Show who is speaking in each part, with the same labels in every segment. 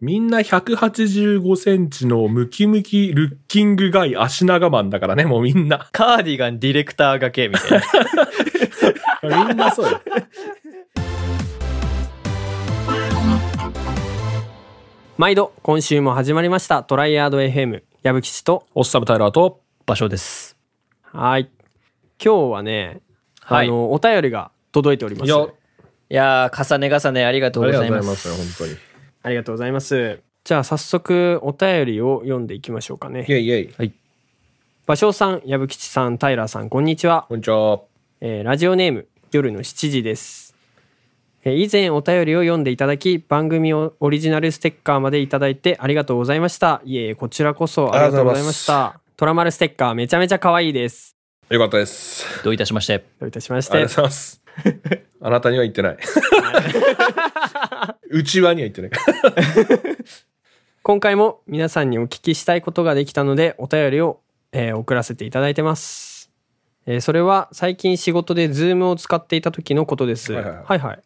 Speaker 1: みんな185センチのムキムキルッキングガイ足長マンだからね、もうみんな。
Speaker 2: カーディガンディレクターがけみたいな。
Speaker 1: みんな そうよ。
Speaker 3: 毎度、今週も始まりました。トライアード FM、矢吹吉と。
Speaker 1: オッサムタイラーと、
Speaker 2: 場所です。
Speaker 3: はい。今日はね、
Speaker 2: はい
Speaker 3: あの、お便りが届いておりま
Speaker 1: い
Speaker 3: す。
Speaker 1: や、あ
Speaker 2: いやー、重ね重ねありがとうご
Speaker 1: りがと
Speaker 2: ざ
Speaker 1: う
Speaker 2: い
Speaker 1: ござ
Speaker 2: ま
Speaker 1: い
Speaker 2: す。
Speaker 1: ますよ、本当に。
Speaker 3: ありがとうございます。じゃあ、早速、お便りを読んでいきましょうか
Speaker 1: イ
Speaker 3: ね。
Speaker 1: ェイイェイ。
Speaker 3: 芭蕉さん、矢吹吉さん、平さん、こんにちは。
Speaker 1: こんにちは。
Speaker 3: えーラジオネーム夜の7時です、えー以前お便りを読んでいただき番組をオリジナルステッカーまでいただいてありがとうございましたいえいえこちらこそありがとうございましたトラマルステッカーめちゃめちゃ可愛いです
Speaker 1: よかったです。あ
Speaker 2: どういたしまして。
Speaker 3: どういたしまし
Speaker 1: りがとうご
Speaker 3: て
Speaker 1: ざいます。あなたには言って ない。うちわには言ってない。
Speaker 3: 今回も皆さんにお聞きしたいことができたのでお便りを、えー送らせていただいてます、えーそれは最近仕事で Zoom を使っていた時のことです
Speaker 1: は
Speaker 3: はいい
Speaker 1: は
Speaker 3: はいい、
Speaker 1: はい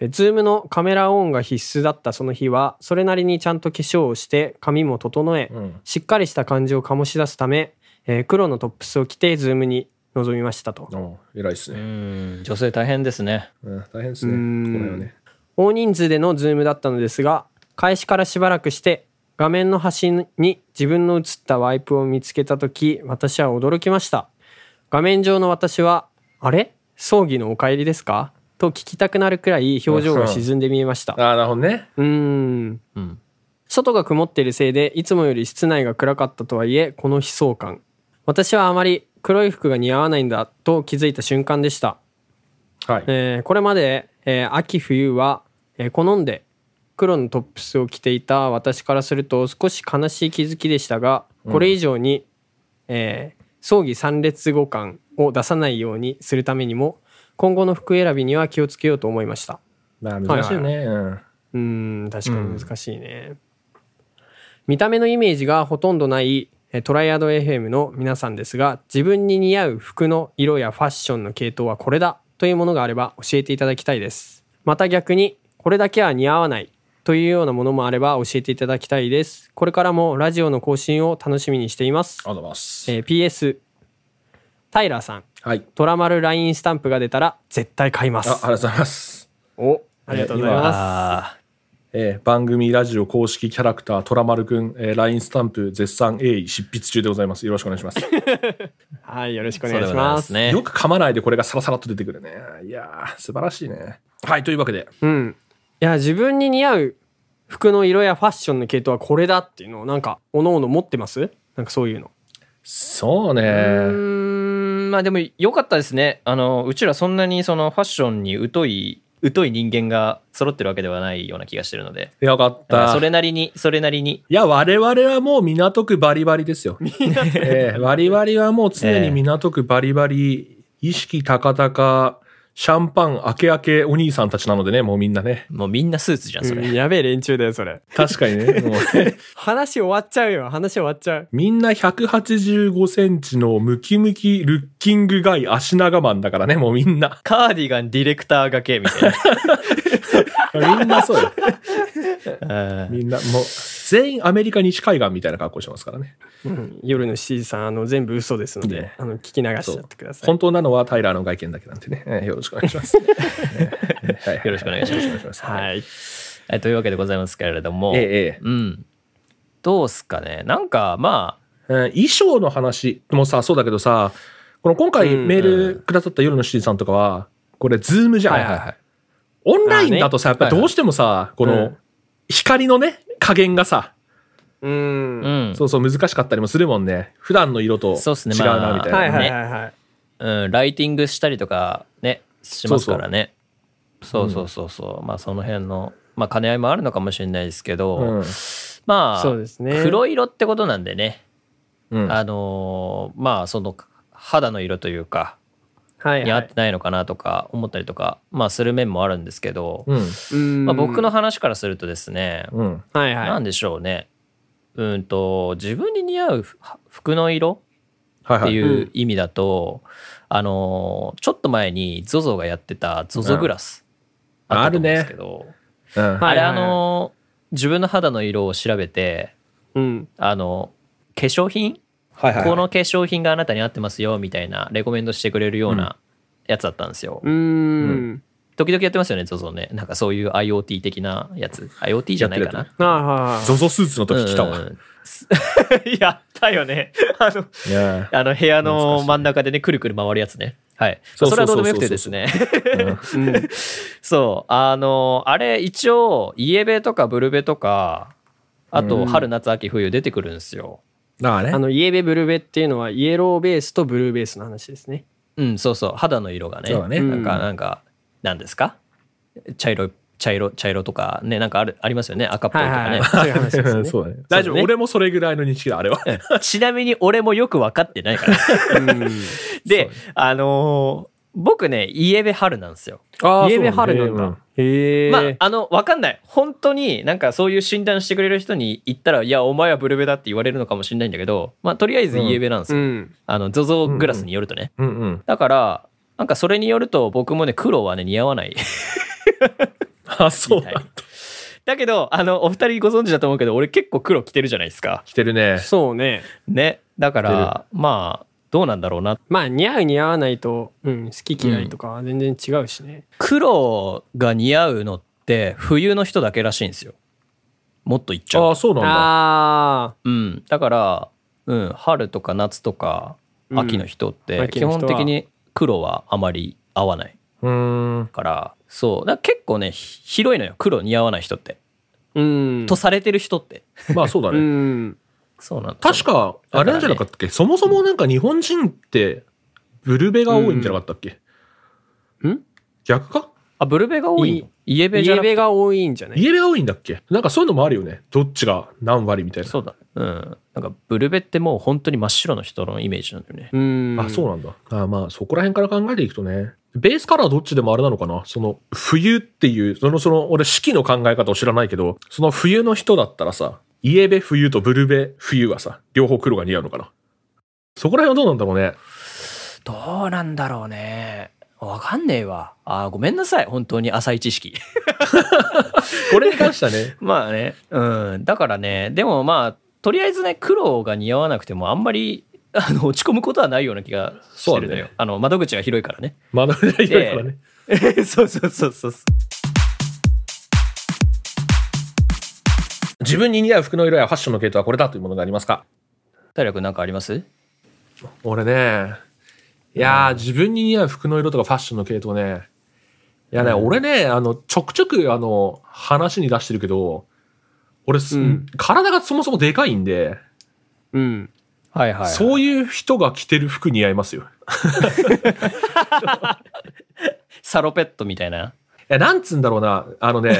Speaker 3: えー Zoom のカメラオンが必須だったその日はそれなりにちゃんと化粧をして髪も整え、
Speaker 1: うん
Speaker 3: しっかりした感じを醸し出すため、えー黒のトップスを着て Zoom に臨みましたと
Speaker 1: お偉いっす
Speaker 2: う
Speaker 1: ね。
Speaker 2: ん、女性大変ですね。
Speaker 1: うん、大変です
Speaker 3: う
Speaker 1: ね。
Speaker 3: ん
Speaker 1: これはね。
Speaker 3: 大人数でのズームだったのですが開始からしばらくして画面の端に自分の映ったワイプを見つけた時私は驚きました画面上の私は「あれ葬儀のお帰りですか?」と聞きたくなるくらい表情が沈んで見えました
Speaker 1: ああ、なるほどね。
Speaker 3: うーん
Speaker 2: うん。
Speaker 3: 外が曇っているせいでいつもより室内が暗かったとはいえこの悲壮感私はあまり黒い服が似合わないんだと気づいた瞬間でした
Speaker 1: はい。
Speaker 3: えーこれまで、えー秋冬は、えー好んで黒のトップスを着ていた私からすると少し悲しい気づきでしたがこれ以上に、えー葬儀参列後感を出さないようにするためにも今後の服選びには気をつけようと思いました
Speaker 1: まあ、難しいよね。うん
Speaker 3: うーん確かに難しいね、見た目のイメージがほとんどないえートライアド FM の皆さんですが自分に似合う服の色やファッションの系統はこれだというものがあれば教えていただきたいですまた逆にこれだけは似合わないというようなものもあれば教えていただきたいですこれからもラジオの更新を楽しみにしています
Speaker 1: あ、りがとうございます。
Speaker 3: えー PS タイラーさん
Speaker 1: はい。
Speaker 3: トラマル LINE スタンプが出たら絶対買いま
Speaker 1: あ、ありが
Speaker 3: す
Speaker 1: とうございます。
Speaker 3: おありがとうございます
Speaker 2: あ
Speaker 1: えー番組ラジオ公式キャラクター、トラマルくん、えー、LINE スタンプ絶賛鋭意執筆中でございます。よろしくお願いします。
Speaker 3: はいよろしくお
Speaker 2: ー、
Speaker 3: 願いします
Speaker 2: ね
Speaker 1: よ。く噛まないでこれがサラサラっと出てくるね。いやー、素晴らしいね。はい、というわけで、
Speaker 3: うん。いや、自分に似合う服の色やファッションの系統はこれだっていうのを、なんか、おのおの持ってますなんかそういうの。
Speaker 1: そうね。
Speaker 2: うーん、まあでも良かったですね。あの、うちらそんなにそのファッションに疎い、疎い人間が揃ってるわけではないような気がしてるので。
Speaker 1: よかっ
Speaker 2: だから
Speaker 1: た。
Speaker 2: それなりに、それなりに。
Speaker 1: いや、我々はもう港区バリバリです よ。えー我々はもう常に港区バリバリ、意識高々、シャンパン明け明けお兄さんたちなのでね、もうみんなね。
Speaker 2: もうみんなスーツじゃん、それ。
Speaker 3: うんやべえ連中だよ、それ。
Speaker 1: 確かに ね。もうね
Speaker 3: 話終わっちゃうよ、話終わっちゃう。
Speaker 1: みんな185センチのムキムキルッキングガイ足長マンだからね、もうみんな。
Speaker 2: カーディガンディレクターがけみたい
Speaker 1: みんなそうよ。
Speaker 2: な。うん
Speaker 1: みんな、もう、全員アメリカ西海岸みたいな格好してますからね。
Speaker 3: うん夜の7時さん、あの、全部嘘ですので
Speaker 1: ね、
Speaker 3: あの、聞き流しちゃってください。
Speaker 1: 本当なのはタイラーの外見だけなんでね。えーよろしくお願いし ます。よ
Speaker 2: よろしくお願いします
Speaker 1: よろくお願いします。 はい。
Speaker 3: はい。
Speaker 2: はいというわけでございますけれども、
Speaker 1: えええ
Speaker 2: うん、どうすかねなんかまあ
Speaker 1: えうん衣装の話もさ、そうだけどさ、この今回
Speaker 3: うん
Speaker 1: メールくださった夜の7時さんとかは、これ、ズームじゃん。
Speaker 2: はい
Speaker 1: オンラインだとさ、やっぱり
Speaker 2: はいはい
Speaker 1: どうしてもさ、こ
Speaker 3: う
Speaker 1: の
Speaker 3: ん、
Speaker 1: 光のね、加減がさ、
Speaker 3: う。
Speaker 2: うんん
Speaker 1: そうそう難しかったりもするもんね。普段の色と違う
Speaker 2: そうっすねま
Speaker 1: な、
Speaker 2: あ
Speaker 1: みたいな。
Speaker 3: はいはいはいはい。
Speaker 2: うん、ライティングしたりとかねしますからねそうそうそうそうまあその辺のまあ兼ね合いもあるのかもしれないですけど、
Speaker 1: うん
Speaker 2: まあ
Speaker 3: そうですね
Speaker 2: 黒色ってことなんでね、
Speaker 1: うん
Speaker 2: あのーまあその肌の色というか
Speaker 3: はい
Speaker 2: に合
Speaker 3: は
Speaker 2: っ
Speaker 3: い
Speaker 2: て。ないのかなとか思ったりとか、まあする面もあるんですけど、
Speaker 1: うん。
Speaker 3: うん
Speaker 2: まあ、僕の、話からするとですね、
Speaker 1: うん。
Speaker 3: はい
Speaker 2: な
Speaker 3: は
Speaker 2: ん
Speaker 3: い。
Speaker 2: でしょうねうんと自分に似合うふ服の色
Speaker 1: はい
Speaker 2: っ
Speaker 1: は
Speaker 2: て
Speaker 1: い。
Speaker 2: い
Speaker 3: はいう
Speaker 2: 意味だと、あのちょっと前に ZOZO がやってた ZOZO グラス、
Speaker 1: うん
Speaker 2: あったと思うんですけど、
Speaker 1: うん
Speaker 3: はい
Speaker 2: あれあの自分の肌の色を調べて
Speaker 3: うん。
Speaker 2: あの化粧品
Speaker 1: はいはいはい。
Speaker 2: この化粧品があなたに合ってますよみたいなレコメンドしてくれるようなやつだったんですよ、
Speaker 3: うーん。
Speaker 2: 時々やってますよね ZOZO ねなんかそういう IoT 的なやつ IoT じゃないか
Speaker 1: やって
Speaker 2: な
Speaker 3: ああ、はいはい。
Speaker 1: ゾゾスーツの時来た
Speaker 2: う
Speaker 1: わ。
Speaker 2: ん やったよねあの
Speaker 1: いや
Speaker 2: あの部屋
Speaker 1: 懐か
Speaker 2: の
Speaker 1: しい
Speaker 2: 真ん中でねくるくる回るやつねはい
Speaker 1: そう
Speaker 2: そ
Speaker 1: そうそ
Speaker 2: れ
Speaker 1: うそう
Speaker 2: はどうでもよくてですね
Speaker 3: うん
Speaker 2: そうあのあれ一応イエベとかブルベとかあ
Speaker 1: う
Speaker 2: と
Speaker 1: ん
Speaker 2: 春夏秋冬出てくるんですよ
Speaker 1: だからね。
Speaker 3: あの、イエベブルベっていうのは、イエローベースとブルーベースの話ですね。
Speaker 2: うんそうそう肌の色がね
Speaker 1: そうだね
Speaker 2: なん
Speaker 3: う
Speaker 2: か
Speaker 3: ん
Speaker 2: なんかなんですか茶色茶色茶色とかねなんかあるありますよね赤っぽい
Speaker 3: は
Speaker 2: と
Speaker 3: い
Speaker 2: かね、
Speaker 3: はいはい。 そういう話ですね。
Speaker 1: そうだね。大丈
Speaker 2: そう
Speaker 1: 夫。
Speaker 2: だね
Speaker 1: 俺もそれぐらいの認識だ、あれは。
Speaker 2: ちなみに俺もよく分かってないから。
Speaker 3: うん
Speaker 2: で、あのー僕ね、イエベ春なんですよ。
Speaker 3: ああ、
Speaker 1: イ
Speaker 3: イ
Speaker 1: エ
Speaker 3: エ
Speaker 1: ベ
Speaker 3: ベ
Speaker 1: 春
Speaker 3: 春
Speaker 1: な
Speaker 3: なんん
Speaker 1: だ
Speaker 3: だ。へえ。
Speaker 2: まあ、あの、分かんない。本当になんかそういう診断してくれる人に言ったら、いや、お前はブルベだって言われるのかもしれないんだけど、まあ、とりあえずイエベなんです
Speaker 3: う
Speaker 2: よ。
Speaker 3: ん。
Speaker 2: あの、ゾゾグラスによるとね。
Speaker 1: うんうん。
Speaker 2: だから、なんかそれによると僕もね、黒はね、似合わない。
Speaker 1: あ、そうだ。
Speaker 2: だけど、あの、お二人ご存知だと思うけど、俺結構黒着てるじゃないですか。
Speaker 1: 来てるね。
Speaker 3: そうね。
Speaker 2: ね。だから、まあ、どうなんだろうな。
Speaker 3: まあ、似合う似合わないと、うん、好き嫌いとかは全然違うしね。
Speaker 2: 黒が似合うのって、冬の人だけらしいんですよ。もっと言っちゃうと
Speaker 1: あ、そうなんだ。
Speaker 3: あ
Speaker 2: うん、だから、うん、春とか夏とか
Speaker 3: うん
Speaker 2: 秋の人って
Speaker 3: 秋
Speaker 2: 基
Speaker 3: の人
Speaker 2: 本
Speaker 3: は
Speaker 2: 的に黒はあまり合わないう
Speaker 1: ーん。
Speaker 2: からそうだから結構ねひ広いのよ黒似合わない人って、
Speaker 3: あ。うん。
Speaker 2: とされてる人って
Speaker 1: まあそうだ
Speaker 3: う
Speaker 1: ね。
Speaker 3: ん。
Speaker 2: そうなん
Speaker 1: 確か、あれなんじゃなかったっけそもそもなんか日本人って、ブルベが多いんじゃなかったっけ
Speaker 3: うん
Speaker 1: 逆か
Speaker 2: あブルベが多いのイエベ
Speaker 3: イ
Speaker 2: じゃ
Speaker 3: エ
Speaker 2: なく
Speaker 3: ベ
Speaker 2: て
Speaker 3: が多いんじゃない
Speaker 1: イエベが多いんだっけなんかそういうのもあるよね。どっちが何割みたいな。
Speaker 2: そうだうんなんかブルベってもう本当に真っ白の人のイメージなんだよね
Speaker 3: うん。
Speaker 1: あ、そうなんだ。あまあ、そこら辺から考えていくとね。ベースカラーどっちでもあれなのかなその、冬っていう、その、その、俺四季の考え方を知らないけど、その冬の人だったらさ、イエベ冬とブルベ冬はさ、両方黒が似合うのかなそこら辺はどうなんだろうね。
Speaker 2: どうなんだろうねわかんねえわあーごめんなさい本当に浅い知識。
Speaker 1: これに関してはね
Speaker 2: まあね、うん、だからね、でもまあ、とりあえずね、黒が似合わなくても、あんまり あの落ち込むことはないような気がしてる
Speaker 1: そ
Speaker 2: の
Speaker 1: うだ
Speaker 2: よ。
Speaker 1: ね
Speaker 2: あの窓口が広いか らね。
Speaker 1: 学べないからね。
Speaker 2: そうそうそうそう。
Speaker 1: 自分に似合う服の色やファッションの系統はこれだというものがありますか
Speaker 2: 平君なんかあります
Speaker 1: 俺ね、いやー、自分に似合う服の色とかファッションの系統ね。いやね、
Speaker 2: うん
Speaker 1: 俺ね、あの、ちょくちょく、あの、話に出してるけど、俺す、
Speaker 3: うん
Speaker 1: 体がそもそもでかいんで、
Speaker 3: うん。
Speaker 2: はいはい、
Speaker 1: そう
Speaker 2: いう。
Speaker 1: いう人が着てる服似合いますよ。い
Speaker 2: サロペットみたいな。
Speaker 1: や、なんつうんだろうな、あのね、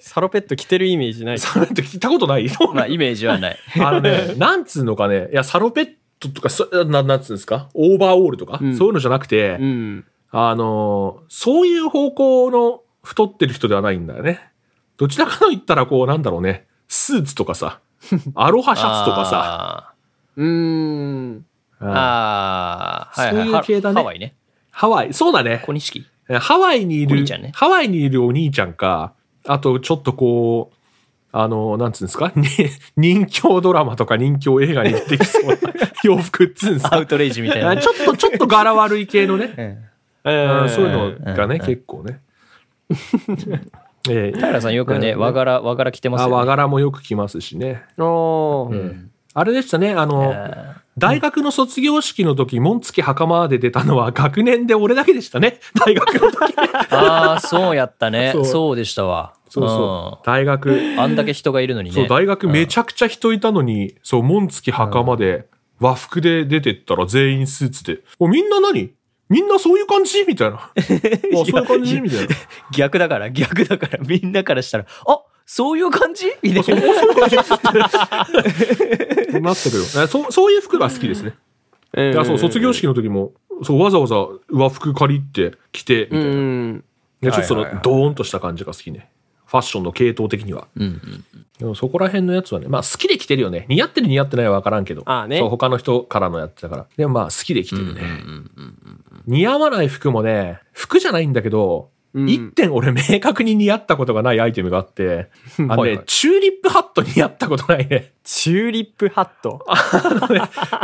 Speaker 3: サロペット着てるイメージない。
Speaker 1: それって聞いたことない
Speaker 2: まあ、イメージ はない。
Speaker 1: あのね、なんつうのかね、いや、サロペットとか、そななんつうんですかオーバーオールとか、
Speaker 3: うん
Speaker 1: そういうのじゃなくて、
Speaker 3: うん。
Speaker 1: あのーそういう方向の太ってる人ではないんだよね。どちらかと言ったら、こう、なんだろうね、スーツとか さ、アロハシャツとかさ、
Speaker 2: さ。
Speaker 3: うん。
Speaker 2: あー
Speaker 1: うん
Speaker 2: あー、はいはい。
Speaker 1: そういう系だね
Speaker 2: ハワイね。
Speaker 1: ハワイ、そうだね
Speaker 2: 小。錦。
Speaker 1: ハワイにい
Speaker 2: お
Speaker 1: る、
Speaker 2: 兄ちゃんね
Speaker 1: ハワイにいるお兄ちゃんか、あと、ちょっとこう、あのー、なんつうんですか、 に人気ドラマとか人気映画に出てきそうな洋服っつうんです
Speaker 2: ア
Speaker 1: か。
Speaker 2: ウトレイジみたい な
Speaker 1: あ
Speaker 2: ね。
Speaker 1: ちょっと、ちょっと柄悪い系のね。
Speaker 2: うん
Speaker 1: うんそういうのが
Speaker 2: う
Speaker 1: ね、
Speaker 2: ん
Speaker 1: 結構ね。 ええ
Speaker 2: 平さんよくね、和柄、和柄着てます
Speaker 1: あ
Speaker 2: よ、ね。
Speaker 1: 和柄もよく来ますしね。
Speaker 3: ああ。
Speaker 2: うん。
Speaker 1: あれでしたね、あの、
Speaker 2: あ
Speaker 1: 大学の卒業式の時、紋付き袴で出たのは学年で俺だけでしたね。 大学の時。
Speaker 2: ーあー、そうやったね。
Speaker 1: そ
Speaker 2: そううでしたわ。
Speaker 1: そうそう。大学、
Speaker 2: あんだけ人がいるのにね。
Speaker 1: そう、大学めちゃくちゃ人いたのに、そう、紋付き袴で和服で出てったら全員スーツで。おみんな何みんなそういう感じみたいな。あ、そういう感じみたいな。
Speaker 2: 逆だから、逆だから、みんなからしたら、あそういう感じみたいな。
Speaker 1: なってるよ。えそう、そういう服が好きですね。
Speaker 3: うん
Speaker 1: いや、そう、卒業。式の時も、そう、わざわざ和服借りて着て、みた
Speaker 3: う
Speaker 1: いな。
Speaker 3: ん。
Speaker 1: いやちょっとその、
Speaker 2: はいはいはい
Speaker 1: ドーンとした感じが好きね。ファッションの系統的には。
Speaker 2: うんうん
Speaker 1: でもそこら辺のやつはね、まあ好きで着てるよね。似合ってる似合ってないは分からんけど。
Speaker 3: ああね
Speaker 1: そう、他の人からのやつだから。でもまあ好きで着て
Speaker 2: うんう
Speaker 1: る
Speaker 2: ん
Speaker 1: ね。似合わない服もね、服じゃないんだけど、
Speaker 3: うん
Speaker 1: 一点俺明確に似合ったことがないアイテムがあって、あのね、
Speaker 2: はいはい
Speaker 1: チューリップハット似合ったことない ね。
Speaker 3: チューリップハット。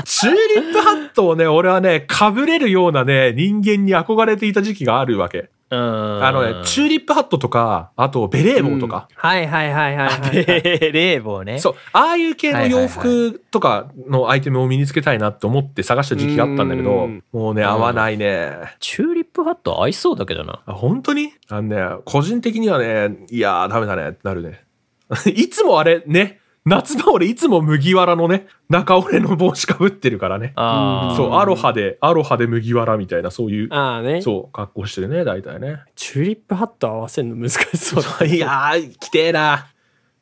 Speaker 1: チューリップハットをね、俺はね、被れるようなね、人間に憧れていた時期があるわけ。
Speaker 2: あ
Speaker 1: あのね、チューリップハットとか、あとベレー帽とか。
Speaker 3: うん。はいはいはいはいはい。
Speaker 2: 冷房 ね。
Speaker 1: そう、ああいう系の洋服とかのアイテムを身につけたいなって思って探した時期があったんだけ
Speaker 3: う
Speaker 1: ど
Speaker 3: ん、
Speaker 1: もうね、合わないね。
Speaker 2: チューリップハット合いそうだけどな。
Speaker 1: あ本当にあのね、個人的にはね、いやー、ダメだね、ってなるね。 いつもあれ、ね、夏場俺いつも麦わらのね、中折れの帽子かぶってるからね。
Speaker 2: ああ。
Speaker 1: そう、アロハで、アロハで麦わらみたいな、そういう、
Speaker 3: ああね。
Speaker 1: そう、格好してるね、大体ね。
Speaker 3: チューリップハット合わせるの難 しそうだ。
Speaker 1: いやー、きてえな。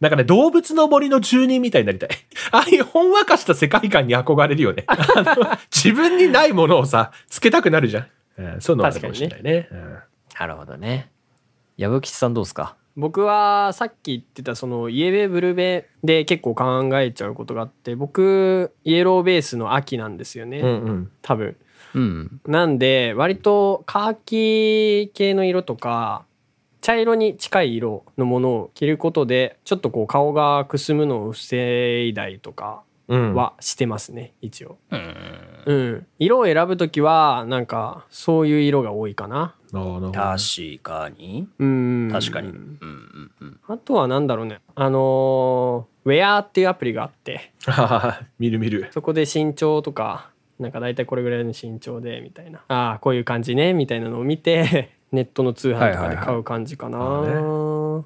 Speaker 1: なんかね、動物の森の住人みたいになりたい。 ああいうほんわかした世界観に憧れるよね。 あの自分にないものをさ、つけたくなるじゃん。うんそういうのはあるかもしれないね。うん
Speaker 2: なるほどね。矢吹さんどうですか
Speaker 3: 僕はさっき言ってたそのイエベブルベで結構考えちゃうことがあって、僕イエローベースの秋なんですよね。
Speaker 1: うんうん。
Speaker 3: 多分。
Speaker 2: うん。
Speaker 3: なんで割とカーキ系の色とか茶色に近い色のものを着ることでちょっとこう顔がくすむのを防いだりとか
Speaker 1: うん、
Speaker 3: はしてますね、一応、
Speaker 2: うん。
Speaker 3: うん、色を選ぶ時はなんかそういう色が多いかな
Speaker 1: あーなるほど
Speaker 2: 確かに。
Speaker 3: うん
Speaker 2: 確かに。うんうんうん。
Speaker 3: あとはなんだろうねあのーウェアっていうアプリがあって
Speaker 1: あー 見る見る。
Speaker 3: そこで身長とかなんか大体これぐらいの身長でみたいなああこういう感じねみたいなのを見て ネットの通販とかで買う感じかな、
Speaker 1: はいはいはいあ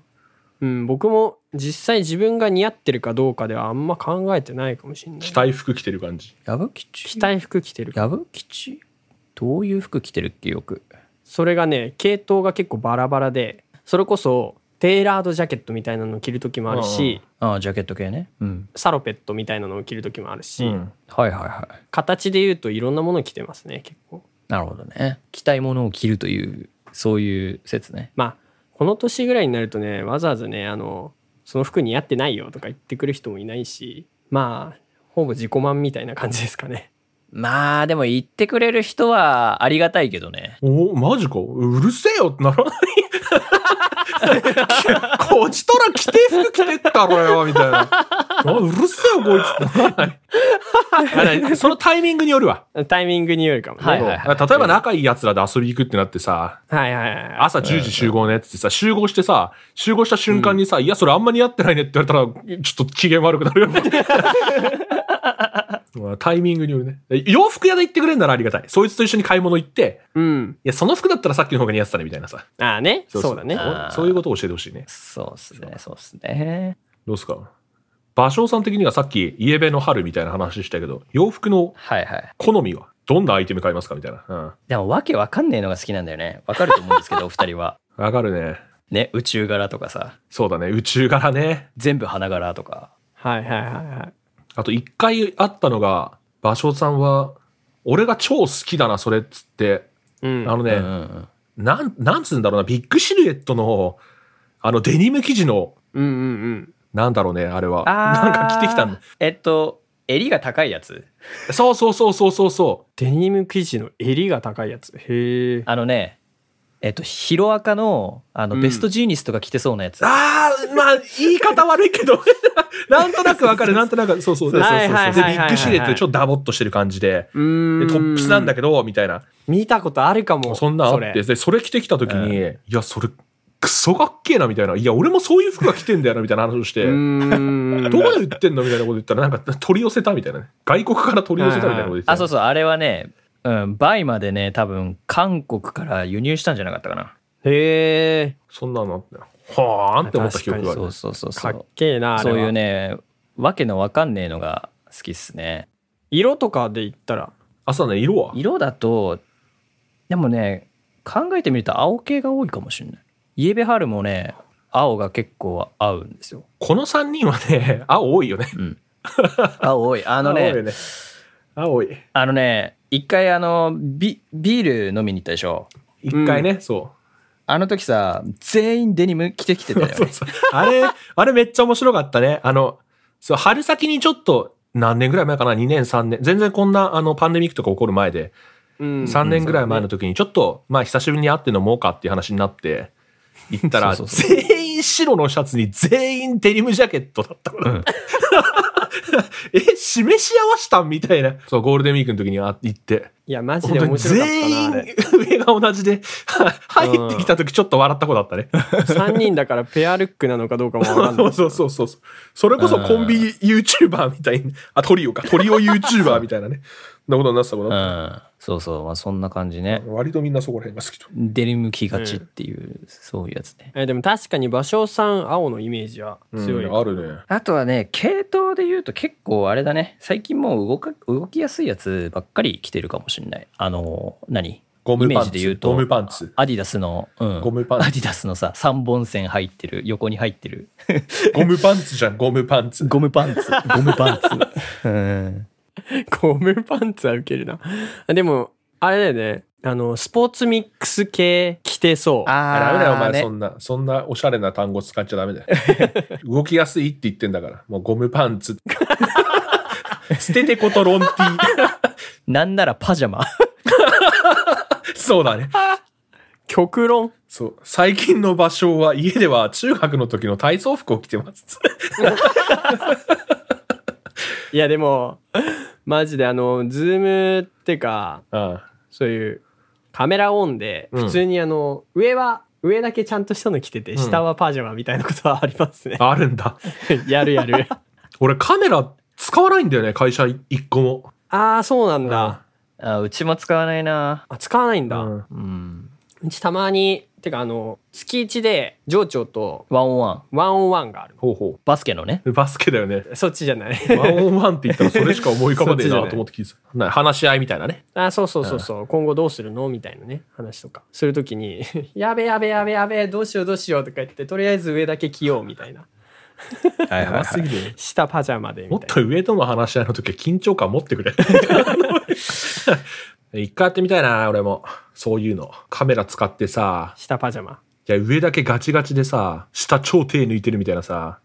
Speaker 3: うん、僕も実際自分が似合ってるかどうかではあんま考えてないかもしれない
Speaker 1: 着たい服着てる感じ。
Speaker 2: 矢吹吉
Speaker 3: 着たい服着てる
Speaker 2: 矢吹吉どういう服着てるっけよく。
Speaker 3: それがね系統が結構バラバラでそれこそテーラードジャケットみたいなのを着る時もあるし、
Speaker 2: ああ、ジャケット系ね。うん。
Speaker 3: サロペットみたいなのを着る時もあるし、
Speaker 1: うん
Speaker 2: はいはいはい。
Speaker 3: 形で言うといろんなもの着てますね結構。
Speaker 2: なるほどね。着たいものを着るという、そういう説ね。
Speaker 3: まあこの年ぐらいになるとねわざわざねあのその服似合ってないよとか言ってくる人もいないしまあほぼ自己満みたいな感じですかね。
Speaker 2: まあ、でも言ってくれる人はありがたいけどね。
Speaker 1: おマジかうるせえよってならない こっちとら着て服着てったろよみたいな。あうるせえよこいつってならないあだからそのタイミングによるわ。
Speaker 3: タイミングによるかもね。
Speaker 2: はい
Speaker 1: そう例えば仲いい奴らで遊び行くってなってさ、
Speaker 3: はいはいはい
Speaker 1: 朝10時集合ねってさ、集合してさ、集合した瞬間にさ、いや、それあんま似合ってないねって言われたら、ちょっと機嫌悪くなるよ ね。まあタイミングによるね。洋服屋で行ってくれるならありがたい。そいつと一緒に買い物行って、
Speaker 3: うん。
Speaker 1: いや、その服だったらさっきの方が似合ってたねみたいなさ。
Speaker 3: ああねそうだね。
Speaker 2: あー
Speaker 1: そういうことを教えてほしいね。
Speaker 2: そうっすね、そうっすね。
Speaker 1: どうっすか芭蕉さん的にはさっき、イエベの春みたいな話したけど、洋服の
Speaker 2: はいはい。
Speaker 1: 好みはどんなアイテム買いますかみたいな。うん
Speaker 2: でも、わけわかんねえのが好きなんだよね。わかると思うんですけど、 お二人は。。
Speaker 1: わかるね。
Speaker 2: ね、宇宙柄とかさ、
Speaker 1: そうだね。宇宙柄ね。
Speaker 2: 全部花柄とか。
Speaker 3: はいはいはいはい。
Speaker 1: あと一回あったのが、芭蕉さんは、俺が超好きだな、それっつって、
Speaker 3: うん。
Speaker 1: あのね、
Speaker 2: うんうん
Speaker 1: なん、なんつうんだろうな、ビッグシルエットの、あのデニム生地の、
Speaker 3: うんうんうん。
Speaker 1: なんだろうね、あれは。
Speaker 2: あー
Speaker 1: なんか着てきたの。
Speaker 2: えっと、襟が高いやつ。
Speaker 1: そうそうそうそうそうそ
Speaker 3: デニム生地の襟が高いやつ。へえ。
Speaker 2: あのね、えっと、ヒロアカの、あ
Speaker 3: う
Speaker 2: の、
Speaker 3: ん
Speaker 2: ベストジーニスとか着てそうなやつ。
Speaker 1: う。ああ、まあ、言い方悪いけど、 なんとなくわかる、なんとなく、そうそうそうそう
Speaker 3: はいはいはい
Speaker 1: で、
Speaker 3: は
Speaker 1: ビ
Speaker 3: いはい
Speaker 1: ッグシルエットでちょっとダボっとしてる感じで、
Speaker 3: うー
Speaker 1: で
Speaker 3: ん。
Speaker 1: トップスなんだ
Speaker 3: け
Speaker 1: けど、みたいな。
Speaker 3: ど。見たことあるかも。
Speaker 1: そんなんあっ
Speaker 3: れ
Speaker 1: て、で、それ着てきた時に、いや、それ、クソがっけえな、みたいな。いや、俺もそういう服が着てんだよな、みたいな話をし
Speaker 3: う
Speaker 1: て。
Speaker 3: ーん。
Speaker 1: どこで売ってんのみたいなこと言ったら、なんか取り寄せたみたいなね。外国から取り寄せたみたいなこと言ってた、
Speaker 2: あ、そうそう、あれはね、うん、バイまでね、多分、韓国から輸入したんじゃなかったかな。
Speaker 3: へえ。
Speaker 1: そんなのあったよはあんって思った記憶がある。
Speaker 2: そうそうそうそ
Speaker 3: かっ
Speaker 2: う。
Speaker 3: けえなあれ
Speaker 2: そ
Speaker 3: は
Speaker 2: ういうね、わけのわかんねえのが好きっすね。
Speaker 3: 色とかで言ったら
Speaker 1: あ、そうだね、色は。
Speaker 2: 色だとでもね考えてみると青系が多いかもしれないイエベハルもね青が結構合うんですよ、
Speaker 1: この3人はね、青多いよね。
Speaker 2: うん、青多いあ
Speaker 1: あ
Speaker 2: の
Speaker 1: 青いよ
Speaker 2: ね
Speaker 1: ね。青い。
Speaker 2: あのね一回あのビビール飲みに行ったでしょ
Speaker 1: 一回ね、そ
Speaker 2: あの時さ全員デニム着てきてたよ
Speaker 1: う。 そう
Speaker 2: ね
Speaker 1: そうあれ、あれめっちゃ面白かったね。あの、そう、春先にちょっと、何年ぐらい前かな ?2 年、3年。全然こんな、あの、パンデミックとか起こる前で、
Speaker 3: うん
Speaker 1: 3年ぐらい前の時にちょっと、まあ久しぶりに会って飲もうかっていう話になって、行 ったら、
Speaker 2: そうそうそ
Speaker 1: 全員白のシャツに全員デニムジャケットだったから。
Speaker 2: うん
Speaker 1: え、示し合わしたみたいな。そう、ゴールデンウィークの時にあ行って。
Speaker 3: いや、マジ
Speaker 1: 本
Speaker 3: で
Speaker 1: 当に
Speaker 3: 面白かった
Speaker 1: 全
Speaker 3: な、あ
Speaker 1: 員
Speaker 3: れ。
Speaker 1: 上が同じで、 入ってきた時ちょっと笑った子だったね。
Speaker 3: 3人だからペアルックなのかどうかもわかん な
Speaker 1: そ。そ
Speaker 3: いう
Speaker 1: うそうそうそう。それこそコンビ YouTuber みたいな、あ、トリオか、トリオ YouTuber みたいなね。そんなことになってたこと
Speaker 2: う
Speaker 1: だっ
Speaker 2: ん。そうそう、まあそんな感じね
Speaker 1: た。。割とみんなそこら辺が好きと。
Speaker 2: デニム着がちっていう、そういうやつね。
Speaker 3: えでも確かに場所さん青のイメージは強い。
Speaker 1: うんあるね。
Speaker 2: あとはね、系統で言うと結構あれだね、最近もう動か動きやすいやつばっかり着てるかもしれない。あの、何
Speaker 1: ゴムパンツ
Speaker 2: イメージで言うと、
Speaker 1: ゴムパンツ
Speaker 2: アディダスの、うん
Speaker 1: ゴムパンツ
Speaker 2: アディダスのさ、3本線入ってる、横に入ってる。
Speaker 1: ゴムパンツじゃん、ゴムパンツ。
Speaker 2: ゴムパン ツ、ゴムパンツ。うん。
Speaker 3: ゴムパンツはウケるな。でも、あれだよね。あの、スポーツミックス系着てそう。
Speaker 2: あ
Speaker 1: ダメだよ、お前、そ
Speaker 2: ね
Speaker 1: んな、そんなおしゃれな単語使っちゃダメだよ。動きやすいって言ってんだから、もうゴムパンツ。捨ててことロンティ
Speaker 2: なんならパジャマ。
Speaker 1: そうだね。
Speaker 3: 極論。
Speaker 1: そう。最近の場所は、家では中学の時の体操服を着てます。
Speaker 3: いや、でも、マジであの、ズームってか、
Speaker 1: ああ
Speaker 3: そういうカメラオンで、
Speaker 1: うん
Speaker 3: 普通にあの、上は、上だけちゃんとしたの着てて、
Speaker 1: ん
Speaker 3: 下はパジャマみたいなことはありますね。
Speaker 1: あるんだ。
Speaker 3: やるやる。
Speaker 1: 俺カメラ使わないんだよね、会社一個も。
Speaker 3: ああ、そうなんだ。
Speaker 2: あうちも使わないな。
Speaker 3: あ、使わないんだ。
Speaker 1: うん
Speaker 2: うん。
Speaker 3: うちたまに、てかあの、月1で上長と
Speaker 2: ワンオンワン。
Speaker 3: ワンオンワンがある。
Speaker 1: ほうほ
Speaker 2: バスケのね。
Speaker 1: う。バスケだよね。
Speaker 3: そっちじゃない。
Speaker 1: ワンオンワンって言ったらそれしか思い浮かばねえなと思って 聞いてたな話し合いみたいなね。
Speaker 3: あそうそうそうそう、今後どうするのみたいなね話とかするときに 「やべやべやべやべどうしようどうしよう」とか言ってとりあえず上だけ着ようみたいな
Speaker 2: はい
Speaker 1: やばすぎるよね
Speaker 3: 下パジャマで
Speaker 1: も
Speaker 3: み
Speaker 1: った
Speaker 3: い
Speaker 1: と上との話し合いの時は緊張感持って くれ。一回やってみたいな、俺も。そういうの。カメラ使ってさ
Speaker 3: な、下パジャマ
Speaker 1: いや、上だけガチガチでさ、下超手抜いてるみたいなさ。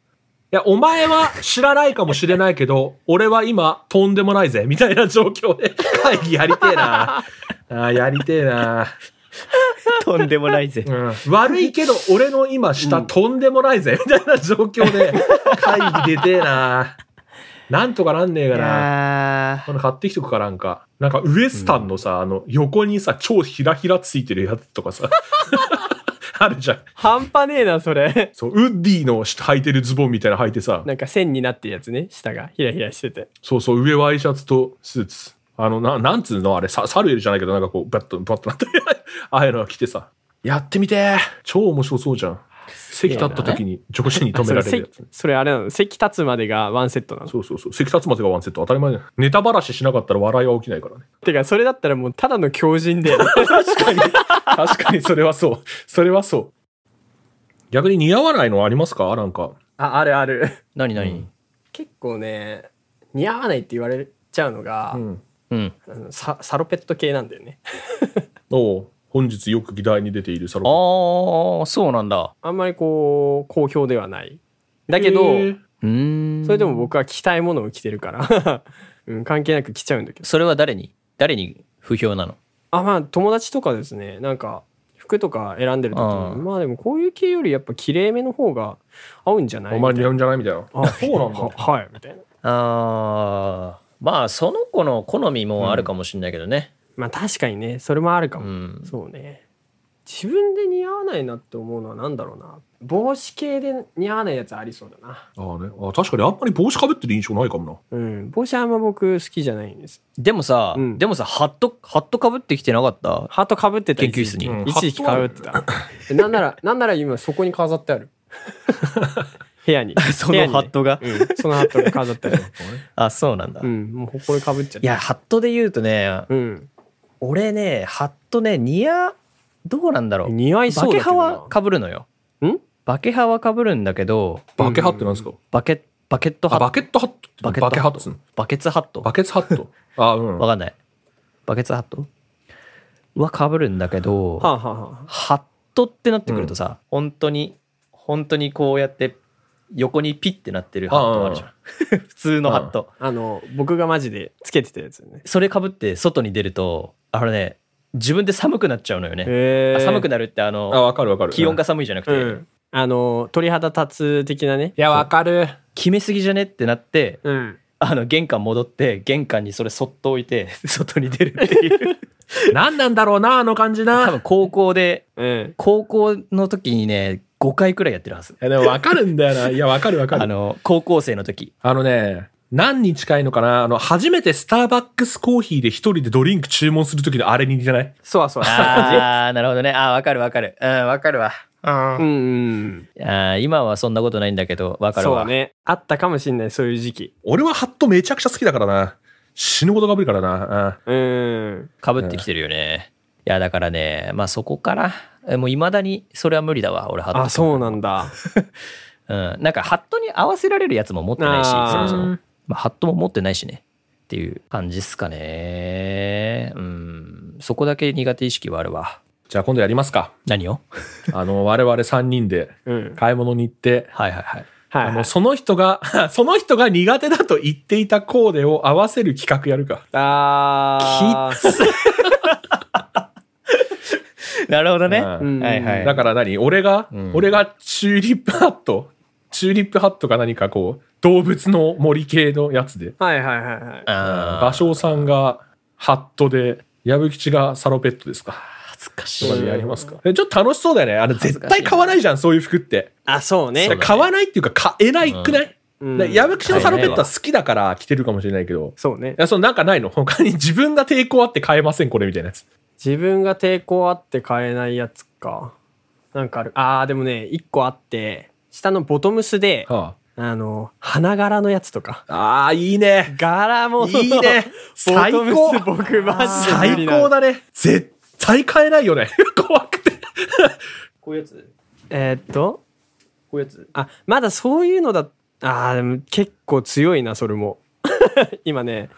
Speaker 1: いや、お前は知らないかもしれないけど、 俺は今、とんでもないぜ、みたいな状況で、会議やりてえな。あーやりてえな。
Speaker 2: とんでもない ぜ。
Speaker 1: うん悪いけど、俺の今、下、とんでもないぜ、みたいな状況で、会議出てえな。なんとかなんねえかな。
Speaker 2: あ
Speaker 1: あの買ってきとくかなんか。なんかウエスタンのさ、あの横にさ、超ひらひらついてるやつとかさ。 あるじゃん。
Speaker 3: 半端ねえなそれ
Speaker 1: そう、ウッディの履いてるズボンみたいなの履いてさ。
Speaker 3: なんか線になってるやつね下がヒラヒラしてて
Speaker 1: そうそう、上ワイシャツとスーツ。あの、ななんつうのあれ、さサルエルじゃないけど、なんかこう、バッと、バッとなって。 ああいうの着てさ。やってみてー超面白そうじゃん。席立った時に上司に止められるや
Speaker 3: あ そ
Speaker 1: つ。
Speaker 3: 席それあれなの席立つまでがワンセットなの
Speaker 1: そうそうそう。席立つまでがワンセット当たり前だよ。ネタばらししなかったら笑いは起きない からね。
Speaker 3: てかそれだったらもうただの強靭 で
Speaker 1: 確かに。確かに、それはそう。それはそう。逆に似合わないのありますかなんか。
Speaker 3: ああるある
Speaker 2: 何何、
Speaker 3: 結構ね似合わないって言われちゃうのが、
Speaker 1: うん。
Speaker 2: うん。
Speaker 3: あのササロペット系なんだよね
Speaker 1: おう本日よく議題に出ているサロ
Speaker 2: ああ、そうなんだ。
Speaker 3: あんまりこう好評ではないだ
Speaker 1: ペ
Speaker 3: け
Speaker 1: ン
Speaker 3: ど、
Speaker 1: へー
Speaker 2: うーん。
Speaker 3: それでも僕は着たいものを着てるから、 うん、関係なく着ちゃうんだけど
Speaker 2: それは誰に誰に不評なの
Speaker 3: あまあ友達とかですねなんか服とか選んでる時
Speaker 2: ああ
Speaker 3: にまあでもこういう系よりやっぱ綺麗めの方が合うんじゃない
Speaker 1: お前似合
Speaker 3: み
Speaker 1: うんじゃないみたいな。
Speaker 3: たいなあ
Speaker 1: そうなんだ。
Speaker 3: ははいみたいな
Speaker 2: ああ、まあその子の好みもあるかもしれないけどね。
Speaker 3: まあ確かにねそれもあるか
Speaker 2: う
Speaker 3: も、
Speaker 2: ん。
Speaker 3: そうね自分で似合わないなって思うのは何だろうな帽子系で似合わないやつありそうだな
Speaker 1: ああね。あ確かにあんまり帽子かぶってる印象ないかも
Speaker 3: うん帽子あんま僕好きじゃないんです
Speaker 2: でもさ、
Speaker 3: うん
Speaker 2: でもさ、ハット、ハットかぶってきてなかった
Speaker 3: ハートかぶってた
Speaker 2: 研
Speaker 3: 一
Speaker 2: 究室
Speaker 3: 時期
Speaker 2: に。
Speaker 1: うん
Speaker 3: 一時期かぶってた。 えなんなら、なんなら今そこに飾ってある。 部 屋に。
Speaker 2: そのハットが
Speaker 3: 部屋にねうんそのハットが飾ってある。
Speaker 2: あ、そうなんだ。
Speaker 3: う
Speaker 2: い
Speaker 3: ん、もうこれかぶっちゃった。
Speaker 2: や、ハットで言うとね、
Speaker 3: うん。
Speaker 2: 俺ね、ハットね、似合、どうなんだろう。
Speaker 3: 似合いそ
Speaker 2: バ
Speaker 3: うだ
Speaker 2: ケ
Speaker 3: けど
Speaker 2: ハ
Speaker 3: な
Speaker 2: はかぶるのよ。
Speaker 3: ん
Speaker 2: バケハはかぶるんだけど、
Speaker 1: な。バケハってなんですか、
Speaker 2: バケ、バケットハ
Speaker 1: あ、
Speaker 2: ット
Speaker 1: バケットハットって言うの。バケハットっつうの。
Speaker 2: バケツハット
Speaker 1: バケツハット。 あうん。
Speaker 2: わかんない。バケツハットはかぶるんだけど、
Speaker 3: はあ、はあはあ、
Speaker 2: ハットってなってくるとさ、本当に、本当にこうやって、横にピッてなってるハットあるじゃん。 普通のハット。
Speaker 3: あの、僕がマジでつけてたやつね。
Speaker 2: それかぶって外に出ると、あのね、自分で寒くなっちゃうのよね。
Speaker 3: へ
Speaker 2: あ
Speaker 3: ー
Speaker 2: 寒くなるって、あの、
Speaker 1: あ、わかるわかる。
Speaker 2: 気温が
Speaker 1: い
Speaker 2: 寒いじゃなくて、
Speaker 3: うん。あの、鳥肌立つ的なね。
Speaker 1: や、わかる。
Speaker 2: 決めすぎじゃねってなって、
Speaker 3: うん。
Speaker 2: あの、玄関戻って、玄関にそれそっと置いて、 外に出るっていう。
Speaker 1: 何なんだろうな、あの感じ
Speaker 2: 多
Speaker 1: な。い
Speaker 2: 分高校で、
Speaker 3: うん。
Speaker 2: 高校の時にね、5回くらいやってるはず。
Speaker 1: や、でもわかるんだよな。いや、わかるわか
Speaker 2: あ
Speaker 1: る。
Speaker 2: の、高校生の時。
Speaker 1: あのね、何に近いのかなあの、初めてスターバックスコーヒーで一人でドリンク注文するときのあれに似てない
Speaker 3: そわそわした
Speaker 2: ああ、なるほどね。ああ、わかるわかる。うん、わかるわ。
Speaker 3: 感じ。うんうん。
Speaker 2: あー今はそんなことないんだけど、わかる
Speaker 3: そう
Speaker 2: わ。
Speaker 3: ね。あったかもしんない、そういう時期。
Speaker 1: 俺はハットめちゃくちゃ好きだからな。死ぬことがぶるからな。
Speaker 3: うん。
Speaker 2: かぶってきてるよね。いや、だからね、まあそこから、えもういまだにそれは無理だわ、俺ハット。
Speaker 3: あ、そうなんだ。
Speaker 2: うん。なんか、ハットに合わせられるやつも持ってないし、
Speaker 3: あー
Speaker 2: そもそうも
Speaker 1: ん。
Speaker 2: まあ、ハットも持ってないしね。っていう感じっすかね。うん。そこだけ苦手意識はあるわ。
Speaker 1: じゃあ今度やりますか。
Speaker 2: 何を
Speaker 1: あの、我々3人で
Speaker 3: うん。
Speaker 1: 買い物に行って、
Speaker 2: はいはいはい。
Speaker 3: はい、
Speaker 1: あの、その人が、 その人が苦手だと言っていたコーデを合わせる企画やるか。
Speaker 3: あー
Speaker 2: なるほどね。
Speaker 1: うん
Speaker 2: はいはい。
Speaker 1: だから何俺が、
Speaker 2: うん
Speaker 1: 俺がチューリップハットチューリップハットか何かこう、動物の森系のやつで。
Speaker 3: はいはいはいはい。
Speaker 2: あー
Speaker 1: 芭蕉さんがハットで、矢吹吉がサロペットですか。
Speaker 2: 恥ずかし
Speaker 1: と
Speaker 2: い
Speaker 1: か。でやりますか。えちょっと楽しそうだよね。あの、
Speaker 2: 恥ず
Speaker 1: 絶
Speaker 2: かしい
Speaker 1: 対買わないじゃん、そういう服って。
Speaker 3: あ、そうね。
Speaker 1: 買わないっていうか、買えないくない、
Speaker 3: うん
Speaker 1: だから矢吹吉のサロペットは好きだから着てるかもしれないけど。
Speaker 3: そうね
Speaker 1: い。や、そのなんかないの他に自分が抵抗あって買えません、これみたいなやつ。
Speaker 3: 自分が抵抗あって買えないやつか。なんかある。あー、でもね、一個あって、下のボトムスで、
Speaker 1: は
Speaker 3: あの、花柄のやつとか。
Speaker 1: あ、ああ、いいね。
Speaker 3: 柄も、
Speaker 1: いいね。
Speaker 3: ボ
Speaker 1: 最
Speaker 3: トム
Speaker 1: 高
Speaker 3: ス僕マジで無理
Speaker 1: 最
Speaker 3: なの
Speaker 1: 高だね。絶対買えないよね。 怖くて。
Speaker 2: こういうやつ
Speaker 3: えーっと、
Speaker 2: こういうやつ
Speaker 3: あ、まだそういうのだ、あー、でも結構強いな、それも。 今ね、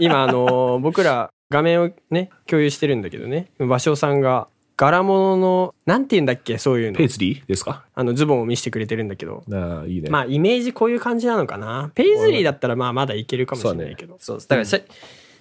Speaker 3: 今あのー僕ら画面をね、共有してるんだけどね、芭蕉さんが、柄物の、なんて言うんだっけ、そういうの
Speaker 1: ペ。イズリーですか
Speaker 3: あの、ズボンを見せてくれてるんだけど。
Speaker 1: ああ、いいね。
Speaker 3: まあ、イメージこういう感じなのかな。ペイズリーだったら、まあ、まだいけるかもしれないけど。
Speaker 2: そうですだからさ、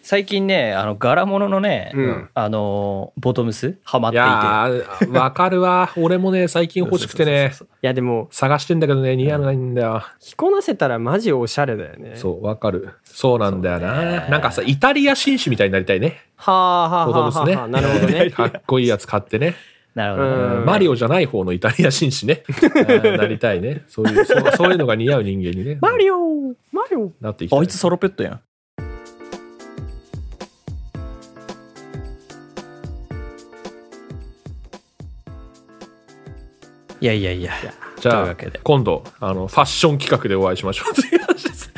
Speaker 2: 最近ね、あの、柄物のね、
Speaker 3: うん
Speaker 2: あのー、ボトムス、ハマっ
Speaker 1: い
Speaker 2: ていて。
Speaker 1: やー、わかるわ。俺もね、最近欲しくてね、
Speaker 2: そうそうそう
Speaker 3: いや、でも、
Speaker 1: 探してんだけどね、似合わないんだよ。
Speaker 3: 着こなせたらマジおしゃれだよね。
Speaker 1: そう、わかる。そうなんだよ
Speaker 2: そうね
Speaker 1: な。なんかさ、イタリア紳士みたいになりたいね。
Speaker 3: はあはあ
Speaker 1: ボ
Speaker 3: は
Speaker 1: トム
Speaker 3: あ
Speaker 1: ス
Speaker 3: はあ
Speaker 1: ね
Speaker 3: はあ。なるほ どね。
Speaker 1: かっこいいやつ買ってね。
Speaker 2: なるほどね、
Speaker 3: うん
Speaker 1: マリオじゃない方のイタリア紳士 ね。あーなりたいね。そういう、そうそういうのが似合う人間にね。
Speaker 3: マリオマリオ
Speaker 1: なっていきた
Speaker 2: あ
Speaker 1: い
Speaker 2: いつソロペットやん。いやいやいや。
Speaker 1: じ
Speaker 2: という
Speaker 1: ゃあ
Speaker 2: わけで、
Speaker 1: 今度、あの、ファッション企画でお会いしましょう。という話です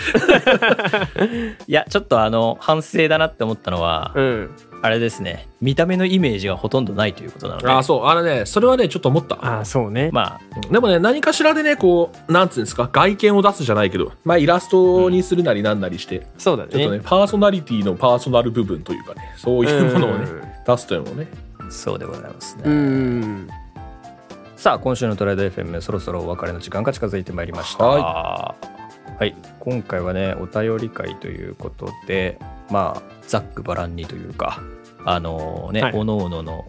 Speaker 2: いや、ちょっとあの、反省だなって思ったのは、
Speaker 3: うん。
Speaker 2: あれですね、見た目のイメージがほとんどないということなので、
Speaker 1: ああ、そう。あのね、それはね、ちょっと思った。
Speaker 3: ああ、そうね。
Speaker 2: ま
Speaker 1: でもね、何かしらでね、こう、なんつうんですか、外見を出すじゃないけど、まあ、イラストにするなりなんなりして、
Speaker 3: そうだ
Speaker 1: ちょっと
Speaker 3: ね。
Speaker 1: ね、パーソナリティのパーソナル部分というかね、そういうものをね、出すというのもね。
Speaker 2: あ、そうでございますね。
Speaker 3: うん。うん。
Speaker 2: さあ今週のトライアド FM そろそろお別れの時間が近づいてまいりましたはい、今回はねお便り会ということでまあざっくばらんにというかあのね、
Speaker 3: はい
Speaker 2: 各々の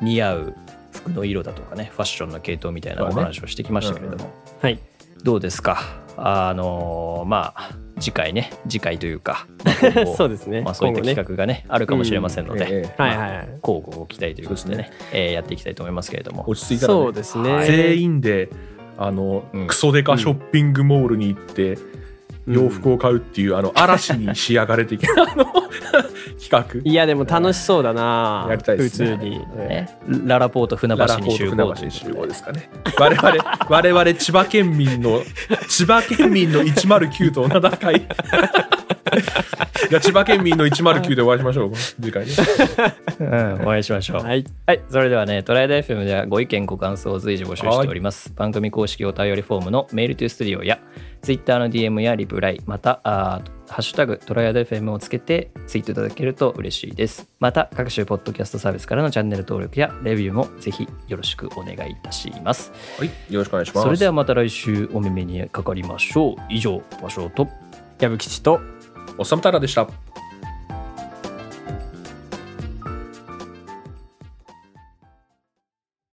Speaker 2: 似合う服の色だとかねファッションの系統みたいなお話をしてきましたけれども、
Speaker 3: はい。
Speaker 2: どうですかあのまあ次回ね次回というか
Speaker 3: そうですね
Speaker 2: まあ、そういった
Speaker 3: 今後ね
Speaker 2: 企画がねあるかもしれませんので、
Speaker 1: ええ
Speaker 3: はいはいはい。
Speaker 2: 交互を期待ということでねえーやっていきたいと思いますけれども
Speaker 1: 落ち着いたらね
Speaker 3: そうですね。
Speaker 1: 全員であの、
Speaker 2: うん
Speaker 1: クソデカショッピングモールに行って、
Speaker 3: うん
Speaker 1: 洋服を買うっていうあの嵐に仕上がれ的なあの企画
Speaker 3: いや、でも楽しそうだな。
Speaker 1: やりたいですね
Speaker 3: 普通に。
Speaker 1: え
Speaker 2: ね、ララポート船
Speaker 1: えラ
Speaker 2: 橋
Speaker 1: ラポ
Speaker 2: に集
Speaker 1: ート
Speaker 2: 合
Speaker 1: 船橋に集合ですかね我々我々千葉県民の千葉県民の109と7回じゃあ千葉県民の109でお会いしましょう次回ね
Speaker 2: うん、お会いしましょう。は、
Speaker 3: はいい。
Speaker 2: それではね、トライアド FM ではご意見、ご感想を随時募集しております。番組公式お便りフォームのメールトゥスタディオや、Twitter の DM やリプライ、また、あーハッシュタグトライアド FM をつけてツイートいただけると嬉しいです。また、各種ポッドキャストサービスからのチャンネル登録やレビューもぜひよろしくお願いいたします。
Speaker 1: はいよろしくお願いします
Speaker 2: それではまた来週お耳にかかりましょう。以上、場所と。
Speaker 3: 矢吹吉と
Speaker 1: おっさむたらでした